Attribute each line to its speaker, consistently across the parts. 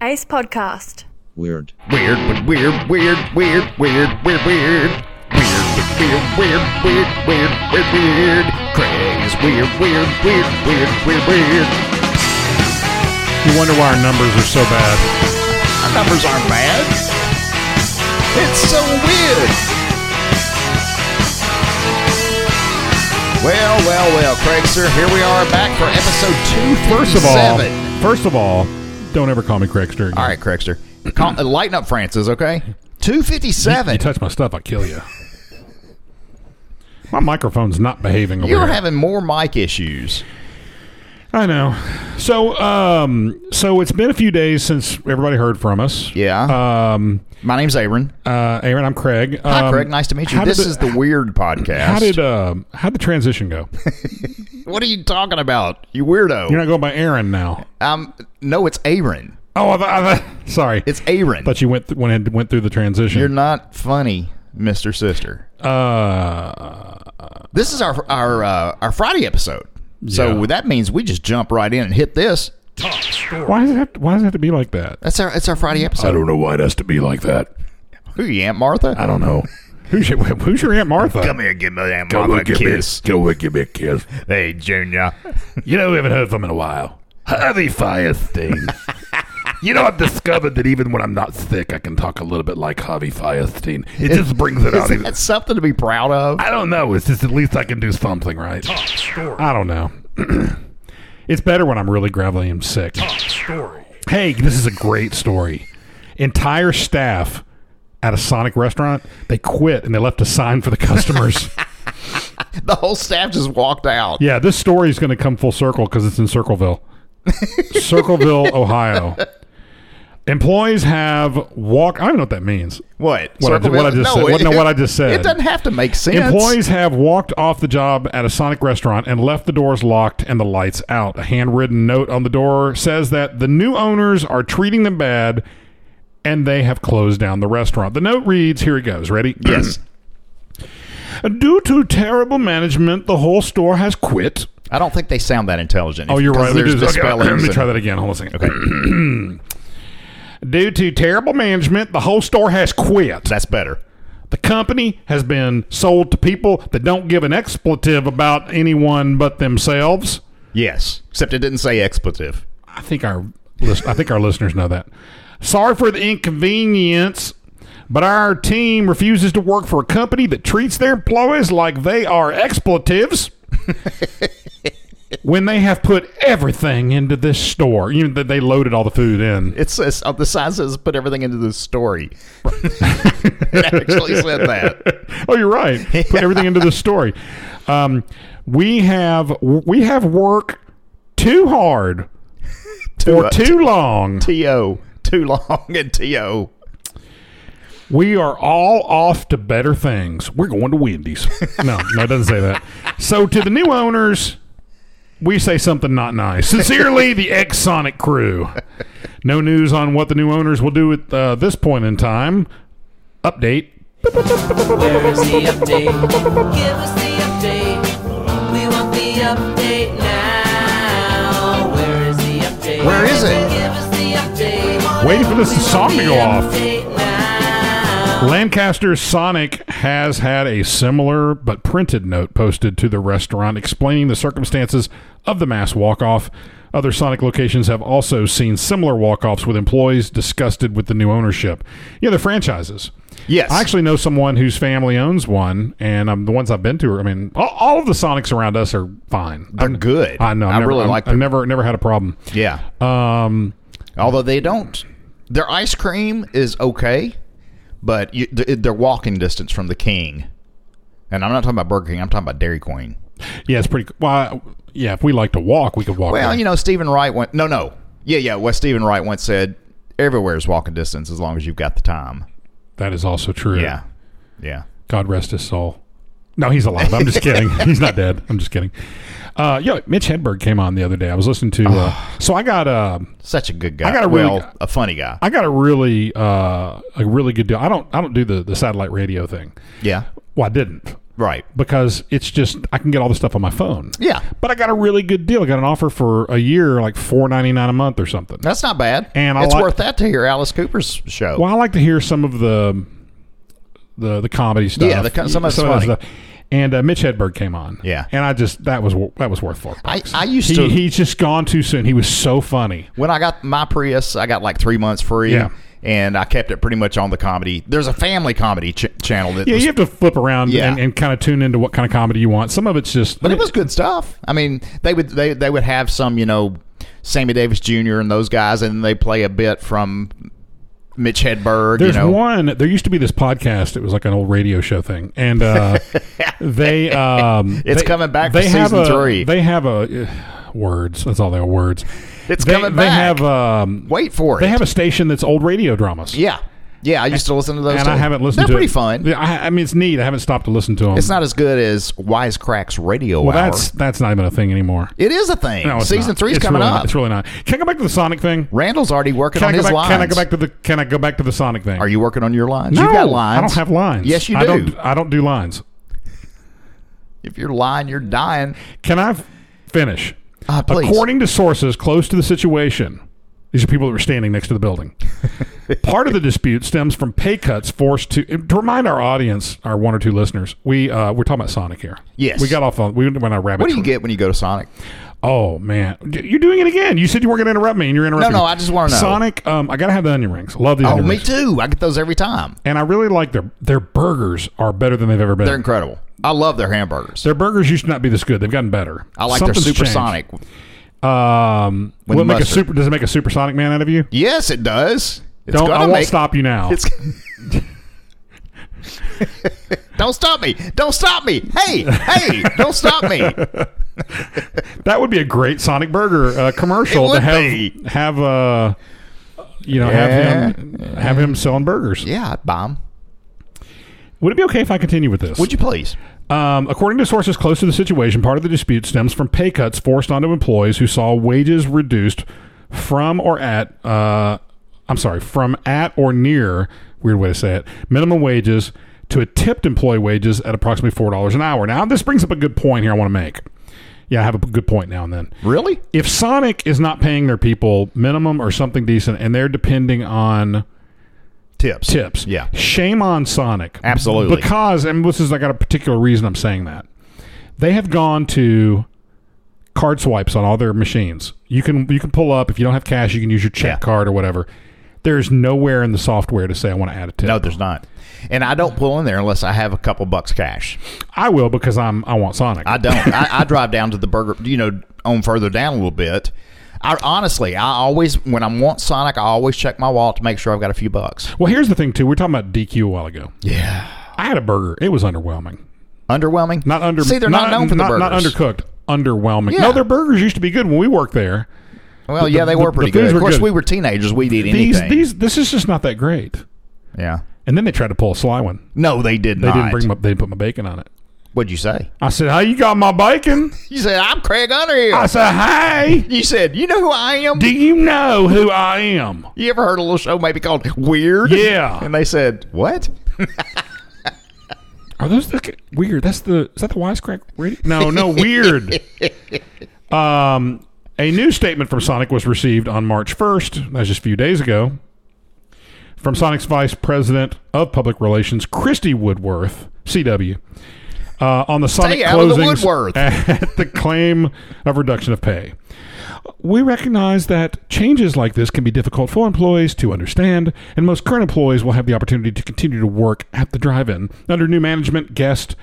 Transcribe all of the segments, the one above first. Speaker 1: Ace Podcast.
Speaker 2: Weird.
Speaker 3: Weird, but weird, weird, weird, weird, weird, weird. Weird, but weird, weird, weird, weird, weird, weird. Craig is weird, weird, weird, weird, weird, weird.
Speaker 4: You wonder why our numbers are so bad.
Speaker 3: Our numbers aren't bad. It's so weird. Well, well, well, Craig, sir, here we are back for episode two.
Speaker 4: First of all,
Speaker 3: Seven.
Speaker 4: first of all, don't ever call me Craigster. again.
Speaker 3: All right, Craigster. Calm, lighten up, Francis, okay? 257.
Speaker 4: You touch my stuff, I kill you. my microphone's not behaving. Over
Speaker 3: You're
Speaker 4: here.
Speaker 3: having more mic issues.
Speaker 4: I know. So, um, so it's been a few days since everybody heard from us.
Speaker 3: Yeah.
Speaker 4: Um,
Speaker 3: My name's Aaron.
Speaker 4: uh, Aaron, I'm Craig.
Speaker 3: Hi,
Speaker 4: Um,
Speaker 3: Craig. Nice to meet you.
Speaker 4: how
Speaker 3: This
Speaker 4: did
Speaker 3: is the Weird Podcast.
Speaker 4: How did um how the transition go?
Speaker 3: what are you talking about? You weirdo.
Speaker 4: You're not going by Aaron now.
Speaker 3: um, no, it's Aaron.
Speaker 4: Oh, I, I, I, sorry.
Speaker 3: It's Aaron.
Speaker 4: thought you went th- went ahead- went through the transition.
Speaker 3: You're not funny, Mister Sister.
Speaker 4: uh,
Speaker 3: This is our our uh, our Friday episode. So
Speaker 4: Yeah.
Speaker 3: that means we just jump right in and hit this.
Speaker 4: why does it have to, why does it have to be like that?
Speaker 3: That's our it's our Friday episode.
Speaker 5: don't know why it has to be like that.
Speaker 3: Who are you, Aunt Martha?
Speaker 5: I don't know.
Speaker 4: Who's your Who's your Aunt Martha?
Speaker 3: Come here, give me Aunt
Speaker 5: Go
Speaker 3: Martha a
Speaker 5: and give
Speaker 3: kiss.
Speaker 5: me, go and give me a kiss.
Speaker 3: Hey, Junior.
Speaker 5: You know, we haven't heard from in a while. How they fire things. You know, I've discovered that even when I'm not sick, I can talk a little bit like Harvey Firestein. It just brings it out.
Speaker 3: Is
Speaker 5: even-
Speaker 3: that something to be proud of?
Speaker 5: I don't know. It's just at least I can do something, right?
Speaker 4: I don't know. it's better when I'm really gravelly and sick. Hey, this is a great story. Entire staff at a Sonic restaurant, they quit and they left a sign for the customers.
Speaker 3: The whole staff just walked out.
Speaker 4: yeah, this story is going to come full circle because it's in Circleville, Circleville, Ohio. Employees have walk. I don't know what that means.
Speaker 3: What?
Speaker 4: What I ju- what I just said- what- no, what I just said.
Speaker 3: It doesn't have to make sense.
Speaker 4: Employees have walked off the job at a Sonic restaurant and left the doors locked and the lights out. A handwritten note on the door says that the new owners are treating them bad and they have closed down the restaurant. The note reads, here it goes, ready?
Speaker 3: Yes.
Speaker 4: Due to terrible management, the whole store has quit.
Speaker 3: I don't think they sound that intelligent.
Speaker 4: Oh, you're right. Let
Speaker 3: Because
Speaker 4: me,
Speaker 3: There's
Speaker 4: do
Speaker 3: the
Speaker 4: this. Okay,
Speaker 3: spellings.
Speaker 4: let me
Speaker 3: and-
Speaker 4: try that again. Hold on a second. Okay. Due to terrible management, the whole store has quit.
Speaker 3: That's better.
Speaker 4: The company has been sold to people that don't give an expletive about anyone but themselves.
Speaker 3: Yes. Except it didn't say expletive.
Speaker 4: I think our list, I think our listeners know that. Sorry for the inconvenience, but our team refuses to work for a company that treats their employees like they are expletives. when they have put everything into this store, you know, that they loaded all the food in.
Speaker 3: It says on uh, the sign says put everything into the story. it actually said that.
Speaker 4: Oh, you're right. Put everything into the story. Um, we have we have work too hard or
Speaker 3: much.
Speaker 4: too long.
Speaker 3: T.O. Too long and T.O.
Speaker 4: We are all off to better things. We're going to Wendy's. No, no, it doesn't say that. So to the new owners, we say something not nice. Sincerely, the ex Sonic crew. No news on what the new owners will do at uh, this point in time. Update.
Speaker 6: Where's the update? Give us the update. We want the update now. Where is the update?
Speaker 3: Where is it?
Speaker 6: Give us the update.
Speaker 4: Waiting for this
Speaker 6: We want
Speaker 4: song to
Speaker 6: the
Speaker 4: go off.
Speaker 6: update now.
Speaker 4: Lancaster Sonic has had a similar but printed note posted to the restaurant explaining the circumstances of the mass walk off. Other Sonic locations have also seen similar walk offs with employees disgusted with the new ownership. Yeah, the franchises.
Speaker 3: Yes.
Speaker 4: I actually know someone whose family owns one, and um, the ones I've been to, are- I mean, all, all of the Sonics around us are fine.
Speaker 3: They're good.
Speaker 4: I know. I've
Speaker 3: I
Speaker 4: never,
Speaker 3: really
Speaker 4: I'm-
Speaker 3: like
Speaker 4: I've
Speaker 3: them.
Speaker 4: never, never had a problem.
Speaker 3: Yeah.
Speaker 4: Um,
Speaker 3: Although they don't. Their ice cream is okay, but you, th- they're walking distance from the king. And I'm not talking about Burger King. I'm talking about Dairy Queen.
Speaker 4: yeah, it's pretty. Well, I- yeah, if we like to walk, we could walk.
Speaker 3: Well,
Speaker 4: there.
Speaker 3: you know, Stephen Wright went. No, no. Yeah, yeah. Well, Stephen Wright once said, "Everywhere is walking distance as long as you've got the time."
Speaker 4: that is also true.
Speaker 3: Yeah, yeah.
Speaker 4: God rest his soul. No, he's alive. I'm just kidding. he's not dead. I'm just kidding. Uh, yo, Mitch Hedberg came on the other day. I was listening to. Uh, so I got uh,
Speaker 3: Such a good guy.
Speaker 4: I got a really-
Speaker 3: well, a funny guy.
Speaker 4: I got a really uh, a really good deal. I don't I don't do the the satellite radio thing.
Speaker 3: yeah.
Speaker 4: Well, I didn't.
Speaker 3: Right.
Speaker 4: because it's just I can get all the stuff on my phone.
Speaker 3: Yeah.
Speaker 4: But I got a really good deal. I got an offer for a year, like four ninety nine a month or something.
Speaker 3: That's not bad.
Speaker 4: And I
Speaker 3: it's
Speaker 4: like-
Speaker 3: worth that to hear Alice Cooper's show.
Speaker 4: Well, I like to hear some of the the the comedy stuff.
Speaker 3: Yeah, the co- some of it's
Speaker 4: that
Speaker 3: funny.
Speaker 4: And uh, Mitch Hedberg came on.
Speaker 3: Yeah.
Speaker 4: and I just that was wor- that was worth four bucks.
Speaker 3: I used
Speaker 4: he,
Speaker 3: to-
Speaker 4: He's just gone too soon. He was so funny.
Speaker 3: when I got my Prius, I got like three months free.
Speaker 4: Yeah.
Speaker 3: And I kept it pretty much on the comedy. There's a family comedy ch- channel that
Speaker 4: Yeah,
Speaker 3: was
Speaker 4: you have to flip around
Speaker 3: Yeah.
Speaker 4: and, and kind of tune into what kind of comedy you want. Some of it's just.
Speaker 3: But it was good stuff. I mean, they would they, they would have some, you know, Sammy Davis Jr. and those guys, and they play a bit from Mitch Hedberg.
Speaker 4: There's
Speaker 3: you know,
Speaker 4: one. There used to be this podcast. It was like an old radio show thing, and uh, they um,
Speaker 3: It's
Speaker 4: they-
Speaker 3: coming back for
Speaker 4: They have
Speaker 3: season
Speaker 4: a,
Speaker 3: three.
Speaker 4: They have a uh, words. That's all they are words.
Speaker 3: It's
Speaker 4: they,
Speaker 3: coming
Speaker 4: They
Speaker 3: back.
Speaker 4: have um,
Speaker 3: Wait for
Speaker 4: They
Speaker 3: it.
Speaker 4: have a station that's old radio dramas.
Speaker 3: yeah, yeah. I used to listen to those,
Speaker 4: and
Speaker 3: too.
Speaker 4: I haven't listened.
Speaker 3: They're
Speaker 4: to
Speaker 3: pretty
Speaker 4: it.
Speaker 3: fun.
Speaker 4: Yeah, I, I mean, it's neat. I haven't stopped to listen to them.
Speaker 3: It's not as good as Wisecracks Radio
Speaker 4: Well,
Speaker 3: Hour.
Speaker 4: that's that's not even a thing anymore.
Speaker 3: it is a thing.
Speaker 4: No, it's
Speaker 3: season
Speaker 4: not.
Speaker 3: three's
Speaker 4: It's
Speaker 3: coming
Speaker 4: really
Speaker 3: up.
Speaker 4: Not, it's really not. Can I go back to the Sonic thing?
Speaker 3: Randall's already working
Speaker 4: Can
Speaker 3: on
Speaker 4: I, go
Speaker 3: his
Speaker 4: back,
Speaker 3: lines.
Speaker 4: can I go back to the Can I go back to the Sonic thing?
Speaker 3: Are you working on your lines?
Speaker 4: No,
Speaker 3: You've got lines.
Speaker 4: I don't have lines.
Speaker 3: Yes, you
Speaker 4: I
Speaker 3: do.
Speaker 4: don't, I don't do lines.
Speaker 3: If you're lying, you're dying.
Speaker 4: Can I f- finish?
Speaker 3: Uh, please.
Speaker 4: According to sources close to the situation, these are people that were standing next to the building. Part of the dispute stems from pay cuts forced to. To remind our audience, our one or two listeners, we uh, we're talking about Sonic here.
Speaker 3: Yes.
Speaker 4: we got off on we went on a rabbit.
Speaker 3: what do you
Speaker 4: trail.
Speaker 3: get when you go to Sonic?
Speaker 4: Oh man, D- you're doing it again. You said you weren't going to interrupt me, and you're interrupting.
Speaker 3: No, no,
Speaker 4: me.
Speaker 3: I just wanna know.
Speaker 4: Sonic. Um, I gotta have the onion rings. Love the
Speaker 3: Oh,
Speaker 4: onion
Speaker 3: me
Speaker 4: rings.
Speaker 3: too. I get those every time.
Speaker 4: And I really like their their burgers are better than they've ever been.
Speaker 3: They're incredible. I love their hamburgers.
Speaker 4: Their burgers used to not be this good. They've gotten better.
Speaker 3: I like
Speaker 4: Something's
Speaker 3: their
Speaker 4: changed.
Speaker 3: supersonic.
Speaker 4: Um,
Speaker 3: With
Speaker 4: will it make a
Speaker 3: mustard.
Speaker 4: super? Does it make a supersonic man out of you?
Speaker 3: Yes, it does. It's
Speaker 4: Don't.
Speaker 3: gonna
Speaker 4: I won't
Speaker 3: make-
Speaker 4: stop you now.
Speaker 3: It's, don't stop me. Don't stop me. Hey, hey, don't stop me.
Speaker 4: That would be a great Sonic Burger uh, commercial
Speaker 3: It
Speaker 4: to
Speaker 3: would
Speaker 4: have
Speaker 3: be.
Speaker 4: have uh, you know
Speaker 3: Yeah.
Speaker 4: have him have him selling burgers.
Speaker 3: Yeah, I'd buy 'em.
Speaker 4: Would it be okay if I continue with this?
Speaker 3: Would you please?
Speaker 4: Um, according to sources close to the situation, part of the dispute stems from pay cuts forced onto employees who saw wages reduced from or at, uh, I'm sorry, from at or near, weird way to say it, minimum wages to a tipped employee wages at approximately $4 an hour. Now, this brings up a good point here I want to make. Yeah, I have a good point now and then.
Speaker 3: Really?
Speaker 4: If Sonic is not paying their people minimum or something decent and they're depending on
Speaker 3: Tips.
Speaker 4: tips.
Speaker 3: Yeah.
Speaker 4: Shame on Sonic.
Speaker 3: Absolutely.
Speaker 4: Because, and this is, I got a particular reason I'm saying that. They have gone to card swipes on all their machines. You can you can pull up if you don't have cash, you can use your check
Speaker 3: Yeah.
Speaker 4: card or whatever. There's nowhere in the software to say I want to add a tip.
Speaker 3: No, there's not. And I don't pull in there unless I have a couple bucks cash.
Speaker 4: I will because I'm I want Sonic.
Speaker 3: I don't. I, I drive down to the burger, you know, on further down a little bit. I honestly, I always when I want Sonic, I always check my wallet to make sure I've got a few bucks.
Speaker 4: well, here's the thing too. We were talking about DQ a while ago.
Speaker 3: Yeah.
Speaker 4: I had a burger. It was underwhelming.
Speaker 3: Underwhelming.
Speaker 4: Not under.
Speaker 3: See, they're not, known for
Speaker 4: not,
Speaker 3: the burgers.
Speaker 4: Not undercooked. Underwhelming.
Speaker 3: Yeah.
Speaker 4: No, their burgers used to be good when we worked there.
Speaker 3: Well,
Speaker 4: The-
Speaker 3: yeah, they
Speaker 4: the-
Speaker 3: were
Speaker 4: the
Speaker 3: pretty
Speaker 4: foods
Speaker 3: good.
Speaker 4: were
Speaker 3: Of course,
Speaker 4: good.
Speaker 3: we were teenagers. We'd eat
Speaker 4: These
Speaker 3: anything.
Speaker 4: these this is just not that great.
Speaker 3: yeah.
Speaker 4: And then they tried to pull a sly one.
Speaker 3: No, they did
Speaker 4: They
Speaker 3: not.
Speaker 4: didn't bring my. They didn't put my bacon on it.
Speaker 3: What'd you say?
Speaker 4: I said, "How you got my bacon?"
Speaker 3: You said, I'm Craig Underhill.
Speaker 4: I said, "Hey,
Speaker 3: you said, you know who I am?
Speaker 4: do you know who I am?"
Speaker 3: you ever heard a little show maybe called Weird?
Speaker 4: Yeah.
Speaker 3: And they said, what?
Speaker 4: Are those the, weird? That's the is that the wisecrack? Radio? No, no, weird. um, a new statement from Sonic was received on March first. That's just a few days ago. From Sonic's vice president of public relations, Christy Woodworth, CW, uh, on the Sonic
Speaker 3: out of the
Speaker 4: closings
Speaker 3: Woodworth.
Speaker 4: at the claim of reduction of pay. We recognize that changes like this can be difficult for employees to understand, and most current employees will have the opportunity to continue to work at the drive in. Under new management, guests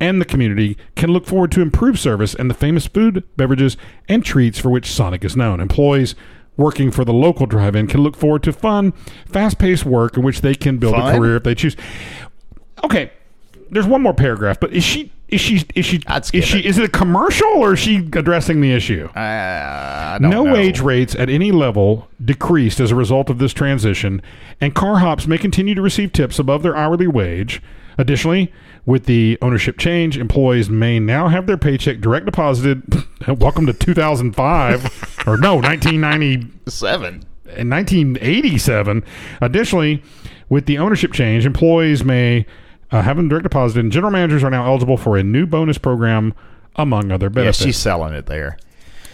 Speaker 4: and the community can look forward to improved service and the famous food, beverages, and treats for which Sonic is known. Employees working for the local drive in can look forward to fun, fast paced work in which they can build a
Speaker 3: Fun?
Speaker 4: career if they choose. Okay. There's one more paragraph, but is she is she is she
Speaker 3: I'd
Speaker 4: is
Speaker 3: skip
Speaker 4: she
Speaker 3: it.
Speaker 4: is it a commercial or is she addressing the issue?
Speaker 3: Uh, I don't
Speaker 4: No
Speaker 3: know.
Speaker 4: wage rates at any level decreased as a result of this transition, and car hops may continue to receive tips above their hourly wage. Additionally, with the ownership change, employees may now have their paycheck direct deposited. Welcome to 2005, or no, 1990
Speaker 3: Seven.
Speaker 4: in 1987. Additionally, with the ownership change, employees may uh, having direct deposit in, general managers are now eligible for a new bonus program, among other
Speaker 3: Yeah,
Speaker 4: benefits.
Speaker 3: she's selling it there.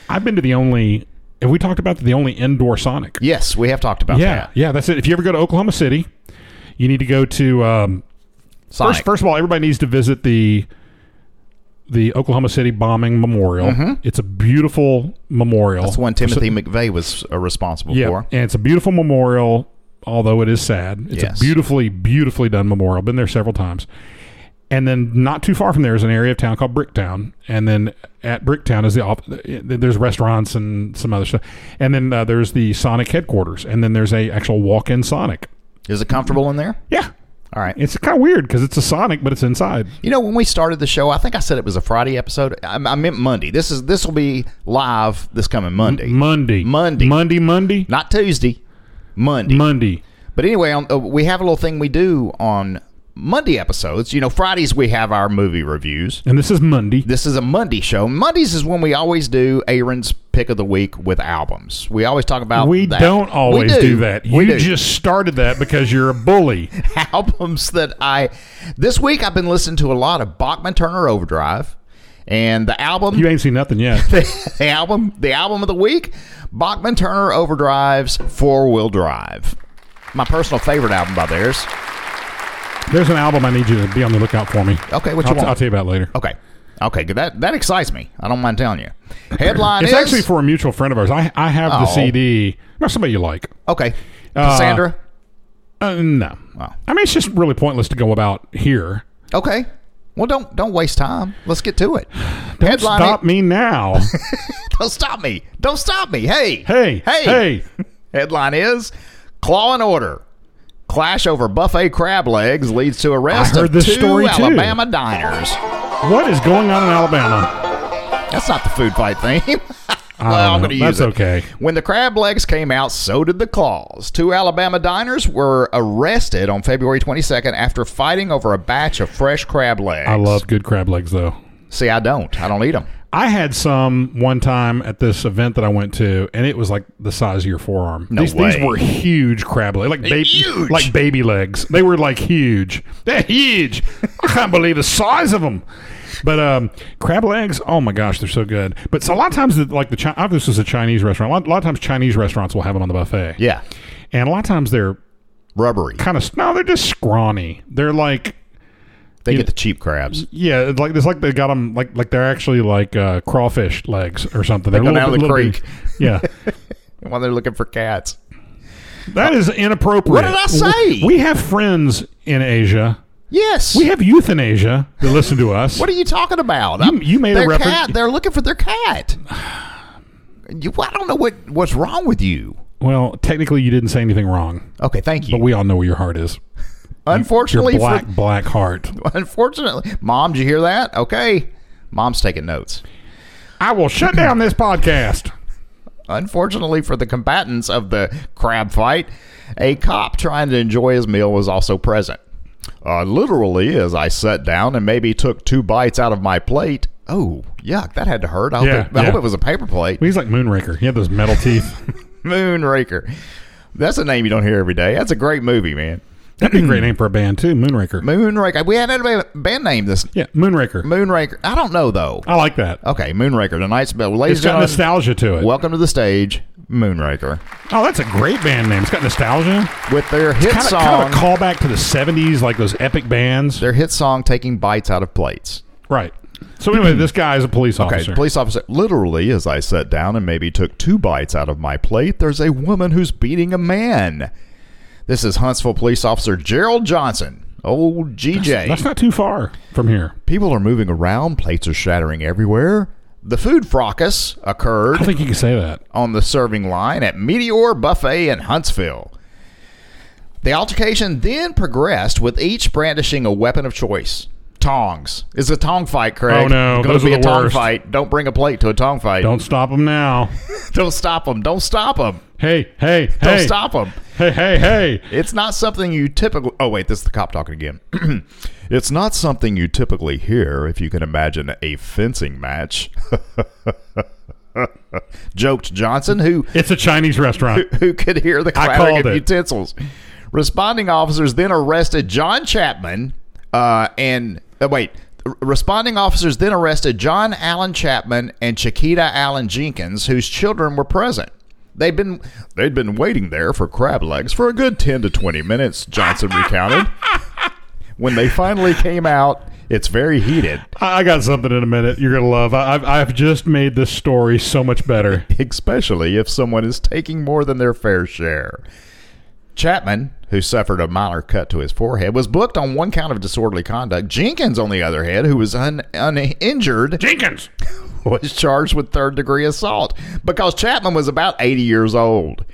Speaker 4: I've been to the only. Have we talked about the only indoor Sonic?
Speaker 3: Yes, we have talked about
Speaker 4: yeah,
Speaker 3: that.
Speaker 4: yeah, that's it. If you ever go to Oklahoma City, you need to go to. Um,
Speaker 3: Sonic.
Speaker 4: first, first of all, everybody needs to visit the the Oklahoma City bombing memorial. It's a beautiful memorial.
Speaker 3: Mm-hmm. That's the one Timothy McVeigh was uh, responsible
Speaker 4: Yeah,
Speaker 3: for.
Speaker 4: and it's a beautiful memorial, although it is sad. It's a
Speaker 3: Yes.
Speaker 4: beautifully, beautifully done memorial. Been there several times. And then not too far from there is an area of town called Bricktown, and then at Bricktown is the off, there's restaurants and some other stuff, and then uh, there's the Sonic headquarters, and then there's a actual walk-in Sonic.
Speaker 3: Is it comfortable in there?
Speaker 4: Yeah,
Speaker 3: All right.
Speaker 4: it's kind of weird because it's a Sonic, but it's inside.
Speaker 3: You know, when we started the show, I think I said it was a Friday episode. I, I meant Monday. This is this will be live this coming Monday,
Speaker 4: Monday,
Speaker 3: Monday.
Speaker 4: Monday, Monday,
Speaker 3: not Tuesday, Monday.
Speaker 4: Monday.
Speaker 3: But anyway, on, uh, we have a little thing we do on Monday episodes. You know, Fridays we have our movie reviews.
Speaker 4: And this is Monday.
Speaker 3: This is a Monday show. Mondays is when we always do Aaron's pick of the week with albums. We always talk about
Speaker 4: we
Speaker 3: that.
Speaker 4: don't
Speaker 3: We
Speaker 4: always do. that.
Speaker 3: We
Speaker 4: you
Speaker 3: do.
Speaker 4: just started that because you're a bully.
Speaker 3: albums that I this week I've been listening to a lot of Bachman Turner Overdrive, and the album
Speaker 4: You ain't seen nothing yet.
Speaker 3: the album the album of the week Bachman Turner Overdrive's Four Wheel Drive, my personal favorite album by theirs.
Speaker 4: There's an album I need you to be on the lookout for me.
Speaker 3: Okay, what you
Speaker 4: I'll,
Speaker 3: want?
Speaker 4: I'll tell you about it later.
Speaker 3: Okay, okay, good. that that excites me. I don't mind telling you. Headline
Speaker 4: It's
Speaker 3: is
Speaker 4: actually for a mutual friend of ours. I I have
Speaker 3: Oh.
Speaker 4: the CD. Not somebody you like.
Speaker 3: okay,
Speaker 4: Uh,
Speaker 3: Cassandra.
Speaker 4: Uh, no.
Speaker 3: Wow.
Speaker 4: I mean, it's just really pointless to go about here.
Speaker 3: okay, well don't don't waste time. Let's get to it.
Speaker 4: Don't
Speaker 3: Headline
Speaker 4: stop me now.
Speaker 3: Don't stop me. Don't stop me. Hey.
Speaker 4: hey.
Speaker 3: Hey.
Speaker 4: Hey.
Speaker 3: Headline is Claw and Order. Clash over buffet crab legs leads to arrest
Speaker 4: I heard
Speaker 3: of
Speaker 4: this
Speaker 3: two
Speaker 4: story, too.
Speaker 3: Alabama diners.
Speaker 4: What is going on in Alabama?
Speaker 3: That's not the food fight theme.
Speaker 4: I
Speaker 3: Well,
Speaker 4: don't know.
Speaker 3: I'm gonna use
Speaker 4: That's
Speaker 3: it.
Speaker 4: okay.
Speaker 3: When the crab legs came out, so did the claws. Two Alabama diners were arrested on February 22nd after fighting over a batch of fresh crab legs.
Speaker 4: I love good crab legs, though.
Speaker 3: See, I don't. I don't eat them.
Speaker 4: I had some one time at this event that I went to, and it was like the size of your forearm.
Speaker 3: No
Speaker 4: these,
Speaker 3: way.
Speaker 4: these were huge crab legs, like baby,
Speaker 3: Huge.
Speaker 4: like baby legs. They were like huge. They're huge. I can't believe the size of them. But um, crab legs, oh my gosh, they're so good. But so a lot of times, the, like the Chi- oh, this is a Chinese restaurant. A lot, a lot of times, Chinese restaurants will have them on the buffet.
Speaker 3: Yeah.
Speaker 4: and a lot of times they're
Speaker 3: Rubbery.
Speaker 4: kind of no, they're just scrawny. They're like
Speaker 3: They
Speaker 4: You-
Speaker 3: get the cheap crabs.
Speaker 4: yeah, it's like it's like they got them like like they're actually like uh, crawfish legs or something. They're
Speaker 3: go
Speaker 4: a
Speaker 3: down
Speaker 4: bit-
Speaker 3: the
Speaker 4: little
Speaker 3: creek.
Speaker 4: bit- Yeah,
Speaker 3: While they're looking for cats.
Speaker 4: that is inappropriate.
Speaker 3: What did I say?
Speaker 4: We, we have friends in Asia.
Speaker 3: Yes.
Speaker 4: We have youth in Asia that listen to us.
Speaker 3: What are you talking about?
Speaker 4: You- you made a
Speaker 3: their
Speaker 4: reference-
Speaker 3: Cat, they're looking for their cat. You, I don't know what what's wrong with you.
Speaker 4: well, technically, you didn't say anything wrong,
Speaker 3: Okay, thank you.
Speaker 4: but we all know where your heart is. Your
Speaker 3: unfortunately, for-
Speaker 4: black, black heart.
Speaker 3: unfortunately, mom, did you hear that? Okay, mom's taking notes.
Speaker 4: I will shut down this podcast.
Speaker 3: Unfortunately for the combatants of the crab fight, a cop trying to enjoy his meal was also present. Uh, literally, as I sat down and maybe took two bites out of my plate. Oh, yuck! That had to hurt. I,
Speaker 4: Yeah,
Speaker 3: hope, it, I hope
Speaker 4: yeah.
Speaker 3: it was a paper plate.
Speaker 4: He's like Moonraker. He had those metal teeth.
Speaker 3: Moonraker. That's a name you don't hear every day. That's a great movie, man.
Speaker 4: That'd be a great name for a band too, Moonraker.
Speaker 3: Moonraker. We had a band name this
Speaker 4: yeah, Moonraker.
Speaker 3: Moonraker. I don't know though.
Speaker 4: I like that.
Speaker 3: Okay, Moonraker. Tonight's bell. Ladies
Speaker 4: It's
Speaker 3: and
Speaker 4: got
Speaker 3: gentlemen,
Speaker 4: nostalgia to it.
Speaker 3: welcome to the stage, Moonraker,
Speaker 4: Oh, that's a great band name. It's got nostalgia.
Speaker 3: with their hit
Speaker 4: Kind of,
Speaker 3: song.
Speaker 4: kind of a callback to the '70s, like those epic bands.
Speaker 3: their hit song, "Taking Bites Out of Plates."
Speaker 4: Right. So anyway, this guy is a police
Speaker 3: Okay,
Speaker 4: officer.
Speaker 3: the police officer. Literally, as I sat down and maybe took two bites out of my plate, there's a woman who's beating a man. This is Huntsville police officer Gerald Johnson. Old GJ.
Speaker 4: That's not too far from here.
Speaker 3: People are moving around, plates are shattering everywhere. The food fracas
Speaker 4: I
Speaker 3: occurred
Speaker 4: think you can say that.
Speaker 3: on the serving line at Meteor Buffet in Huntsville. The altercation then progressed with each brandishing a weapon of choice. Tongs. It's a tong fight, Craig.
Speaker 4: Oh, no,
Speaker 3: It's gonna
Speaker 4: those
Speaker 3: be
Speaker 4: are
Speaker 3: a
Speaker 4: the
Speaker 3: tong
Speaker 4: worst.
Speaker 3: fight. Don't bring a plate to a tong fight.
Speaker 4: Don't stop him now.
Speaker 3: Don't stop them. Don't stop them.
Speaker 4: Hey, hey, hey.
Speaker 3: Don't stop them.
Speaker 4: Hey, hey, hey.
Speaker 3: It's not something you typically. Oh wait, this is the cop talking again. it's not something you typically hear if you can imagine a fencing match. Joked Johnson, who
Speaker 4: It's a Chinese restaurant.
Speaker 3: who could hear the
Speaker 4: I
Speaker 3: clattering
Speaker 4: called
Speaker 3: of
Speaker 4: it.
Speaker 3: utensils. Responding officers then arrested John Chapman, Uh, and uh, wait, r- responding officers then arrested John Allen Chapman and Chiquita Allen Jenkins, whose children were present. They'd been they'd been waiting there for crab legs for a good ten to twenty minutes. Johnson recounted. when they finally came out, it's very heated.
Speaker 4: I I got something in a minute you're going to love. I- I've, I've just made this story so much better.
Speaker 3: especially if someone is taking more than their fair share. Chapman, who suffered a minor cut to his forehead, was booked on one count of disorderly conduct. Jenkins, on the other hand, who was un- uninjured,
Speaker 4: Jenkins!
Speaker 3: was charged with third degree assault because Chapman was about 80 years old.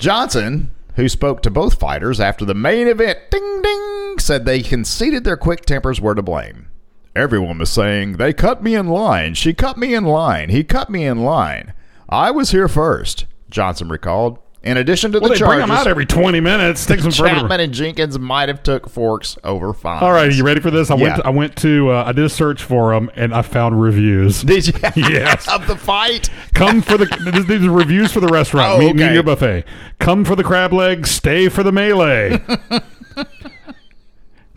Speaker 3: Johnson, who spoke to both fighters after the main event, ding ding, said they conceded their quick tempers were to blame. Everyone was saying, They cut me in line. She cut me in line. He cut me in line. I was here first, Johnson recalled. In addition to
Speaker 4: Well,
Speaker 3: the
Speaker 4: they bring them out
Speaker 3: charges,
Speaker 4: every 20 minutes. Takes them forever.
Speaker 3: Chapman and Jenkins might have took forks over fines.
Speaker 4: All right, you ready for this? I
Speaker 3: Yeah.
Speaker 4: went. To, I went to. Uh, I did a search for them, and I found reviews.
Speaker 3: Did you?
Speaker 4: Yes.
Speaker 3: of the fight?
Speaker 4: Come for the these- these are reviews for the restaurant.
Speaker 3: Oh,
Speaker 4: meet me
Speaker 3: okay.
Speaker 4: at your buffet. Come for the crab legs. Stay for the melee.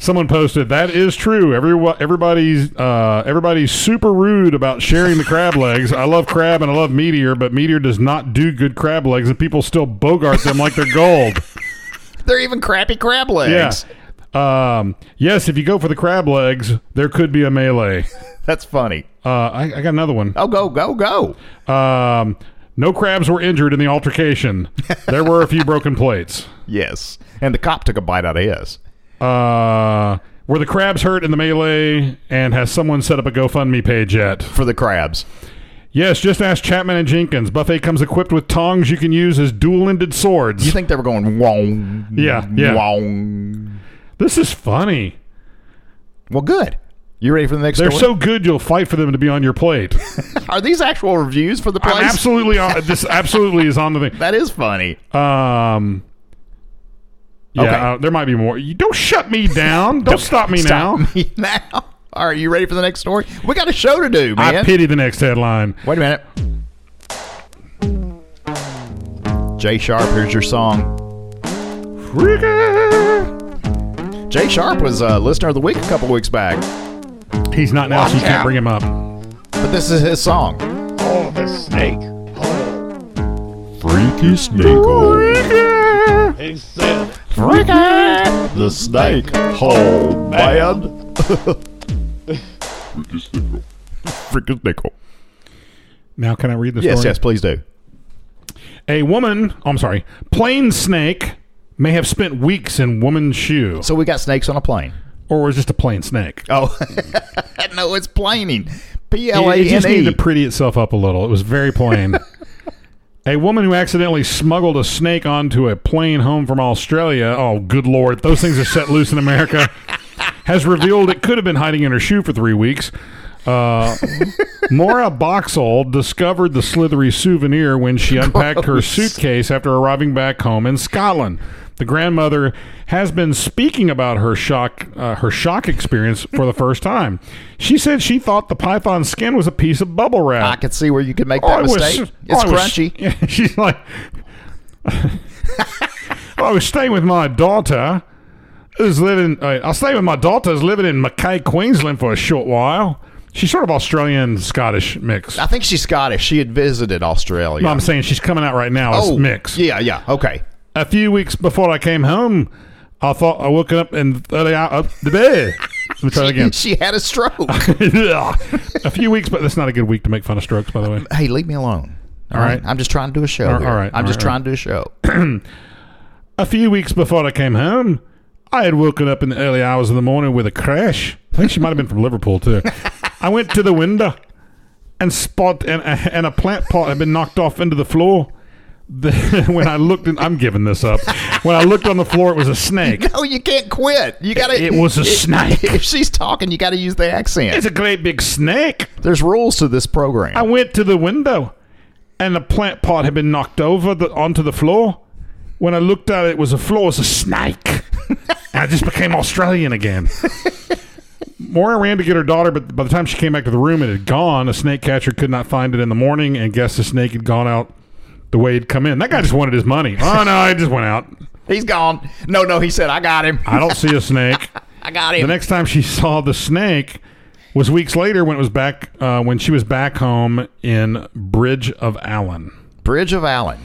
Speaker 4: Someone posted that is true. Everyone, everybody's uh, everybody's super rude about sharing the crab legs. I love crab and I love meteor, but meteor does not do good crab legs, and people still bogart them like they're gold.
Speaker 3: They're even crappy crab
Speaker 4: Yeah.
Speaker 3: legs.
Speaker 4: Um, yes, if you go for the crab legs, there could be a melee.
Speaker 3: That's funny.
Speaker 4: Uh, I, I got another one.
Speaker 3: Oh, go, go, go.
Speaker 4: Um, no crabs were injured in the altercation. There were a few broken plates.
Speaker 3: Yes. And the cop took a bite out of his.
Speaker 4: Uh, were the crabs hurt in the melee? And has someone set up a GoFundMe page yet?
Speaker 3: For the crabs.
Speaker 4: Yes, just ask Chapman and Jenkins. Buffet comes equipped with tongs you can use as dual-ended swords.
Speaker 3: You think they were going wong?
Speaker 4: Yeah, yeah.
Speaker 3: Wong.
Speaker 4: this is funny.
Speaker 3: Well, good. You ready for the next
Speaker 4: They're
Speaker 3: story?
Speaker 4: so good you'll fight for them to be on your plate.
Speaker 3: Are these actual reviews for the place?
Speaker 4: I'm absolutely on. This absolutely is on the thing.
Speaker 3: That is funny.
Speaker 4: Um. Yeah,
Speaker 3: Okay.
Speaker 4: uh, there might be more. You don't shut me down. Don't, stop me
Speaker 3: Stop
Speaker 4: now.
Speaker 3: me now. All right, you ready for the next story? We got a show to do,
Speaker 4: I
Speaker 3: man.
Speaker 4: pity the next headline.
Speaker 3: Wait a minute. J Sharp, here's your song. J Sharp was a listener of the week a couple weeks back,
Speaker 4: He's not now, so you
Speaker 3: Watch out.
Speaker 4: can't bring him up.
Speaker 3: but this is his song.
Speaker 7: Oh, the snake.
Speaker 3: Freaky Snake.
Speaker 7: He said,
Speaker 3: Freaky.
Speaker 7: the snake hole,
Speaker 4: Oh,
Speaker 7: man.
Speaker 3: Freaky Snake.
Speaker 4: Now, can I read the
Speaker 3: Yes,
Speaker 4: story?
Speaker 3: yes, please do.
Speaker 4: A woman, I'm sorry, plain snake may have spent weeks in woman's shoe,
Speaker 3: So we got snakes on a plane.
Speaker 4: or was just a plain snake.
Speaker 3: Oh, no, it's planing. P
Speaker 4: It-
Speaker 3: L A
Speaker 4: It just
Speaker 3: N
Speaker 4: needed
Speaker 3: E.
Speaker 4: to pretty itself up a little. It was very plain. a woman who accidentally smuggled a snake onto a plane home from Australia. Oh, good lord, those things are set loose in America. Has revealed it could have been hiding in her shoe for three weeks. Uh, Maura Boxall discovered the slithery souvenir when she unpacked her suitcase after arriving back home in Scotland. The grandmother has been speaking about her shock, uh, her shock experience for the first time. She said she thought the python skin was a piece of bubble wrap.
Speaker 3: I can see where you could make
Speaker 4: Oh,
Speaker 3: that
Speaker 4: it was-
Speaker 3: mistake.
Speaker 4: oh,
Speaker 3: it's
Speaker 4: it was-
Speaker 3: crunchy.
Speaker 4: Yeah, she's like, I was staying with my daughter. Who's living? Uh, I was staying with my daughter. Who's living in Mackay, Queensland, for a short while. She's sort of Australian Scottish mix.
Speaker 3: I think she's Scottish. She had visited Australia. Oh,
Speaker 4: No, I'm saying she's coming out right now as mix.
Speaker 3: Yeah, yeah. Okay.
Speaker 4: A few weeks before I came home, I thought I woke up and uh, up the bed. Let me try that again.
Speaker 3: She had a stroke.
Speaker 4: a few weeks, but that's not a good week to make fun of strokes, by the way.
Speaker 3: hey, leave me alone.
Speaker 4: All right.
Speaker 3: I'm just trying to do a show.
Speaker 4: All-
Speaker 3: here.
Speaker 4: all right,
Speaker 3: I'm
Speaker 4: all
Speaker 3: just
Speaker 4: right,
Speaker 3: trying to do a show.
Speaker 4: A few weeks before I came home, I had woken up in the early hours of the morning with a crash. I think she might have been from Liverpool too. I went to the window and spot and, and a plant pot had been knocked off into the floor. The- when I looked, in, I'm giving this up. When I looked on the floor, it was a snake.
Speaker 3: Oh, you can't quit. You got to.
Speaker 4: It was a snake.
Speaker 3: If she's talking, you got to use the accent.
Speaker 4: It's a great big snake.
Speaker 3: There's rules to this program.
Speaker 4: I went to the window, and the plant pot had been knocked over the, onto the floor. When I looked at it, it was a floor, it was a snake. and I just became Australian again. Moira ran to get her daughter, but by the time she came back to the room, it had gone. A snake catcher could not find it in the morning, and guess the snake had gone out the way it'd come in. That guy just wanted his money. Oh no, it just went out.
Speaker 3: He's gone. No, no. He said, I got him.
Speaker 4: I don't see a snake.
Speaker 6: I got
Speaker 4: The
Speaker 6: him.
Speaker 4: next time she saw the snake was weeks later when it was back uh, when she was back home in Bridge of Allen.
Speaker 3: Bridge of Allen.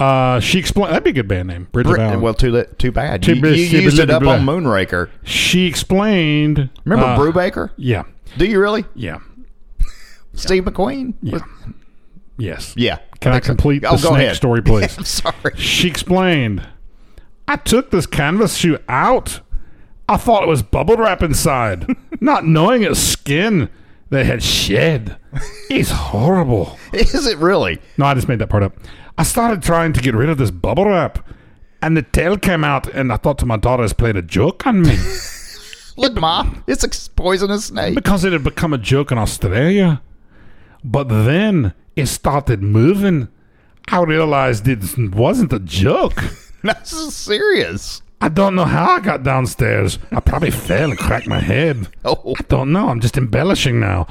Speaker 4: Uh, she explained that'd be a good band name, Bridge of
Speaker 3: Bri-
Speaker 4: Allen.
Speaker 3: well, too li- too bad.
Speaker 4: Too
Speaker 3: you
Speaker 4: bad-
Speaker 3: you
Speaker 4: too
Speaker 3: used
Speaker 4: bad-
Speaker 3: it up
Speaker 4: blah.
Speaker 3: on Moonraker.
Speaker 4: she explained.
Speaker 3: Remember
Speaker 4: uh,
Speaker 3: Brubaker?
Speaker 4: Yeah,
Speaker 3: Do you really?
Speaker 4: yeah,
Speaker 3: Steve McQueen?
Speaker 4: yeah, yes.
Speaker 3: Yeah.
Speaker 4: Can I,
Speaker 3: think so.
Speaker 4: complete
Speaker 3: Oh,
Speaker 4: the
Speaker 3: go
Speaker 4: snake
Speaker 3: ahead.
Speaker 4: story, please?
Speaker 3: I'm sorry.
Speaker 4: She explained, I took this canvas shoe out. I thought it was bubble wrap inside, not knowing it's skin that had shed. It's horrible.
Speaker 3: Is it really?
Speaker 4: No, I just made that part up. I started trying to get rid of this bubble wrap, and the tail came out, and I thought my daughter's played a joke on me
Speaker 3: Look, Ma, it's a poisonous snake.
Speaker 4: because it had become a joke in Australia. But then it started moving. I realized it wasn't a joke.
Speaker 3: This is serious.
Speaker 4: I don't know how I got downstairs. I probably fell and cracked my head.
Speaker 3: Oh.
Speaker 4: I don't know. I'm just embellishing now.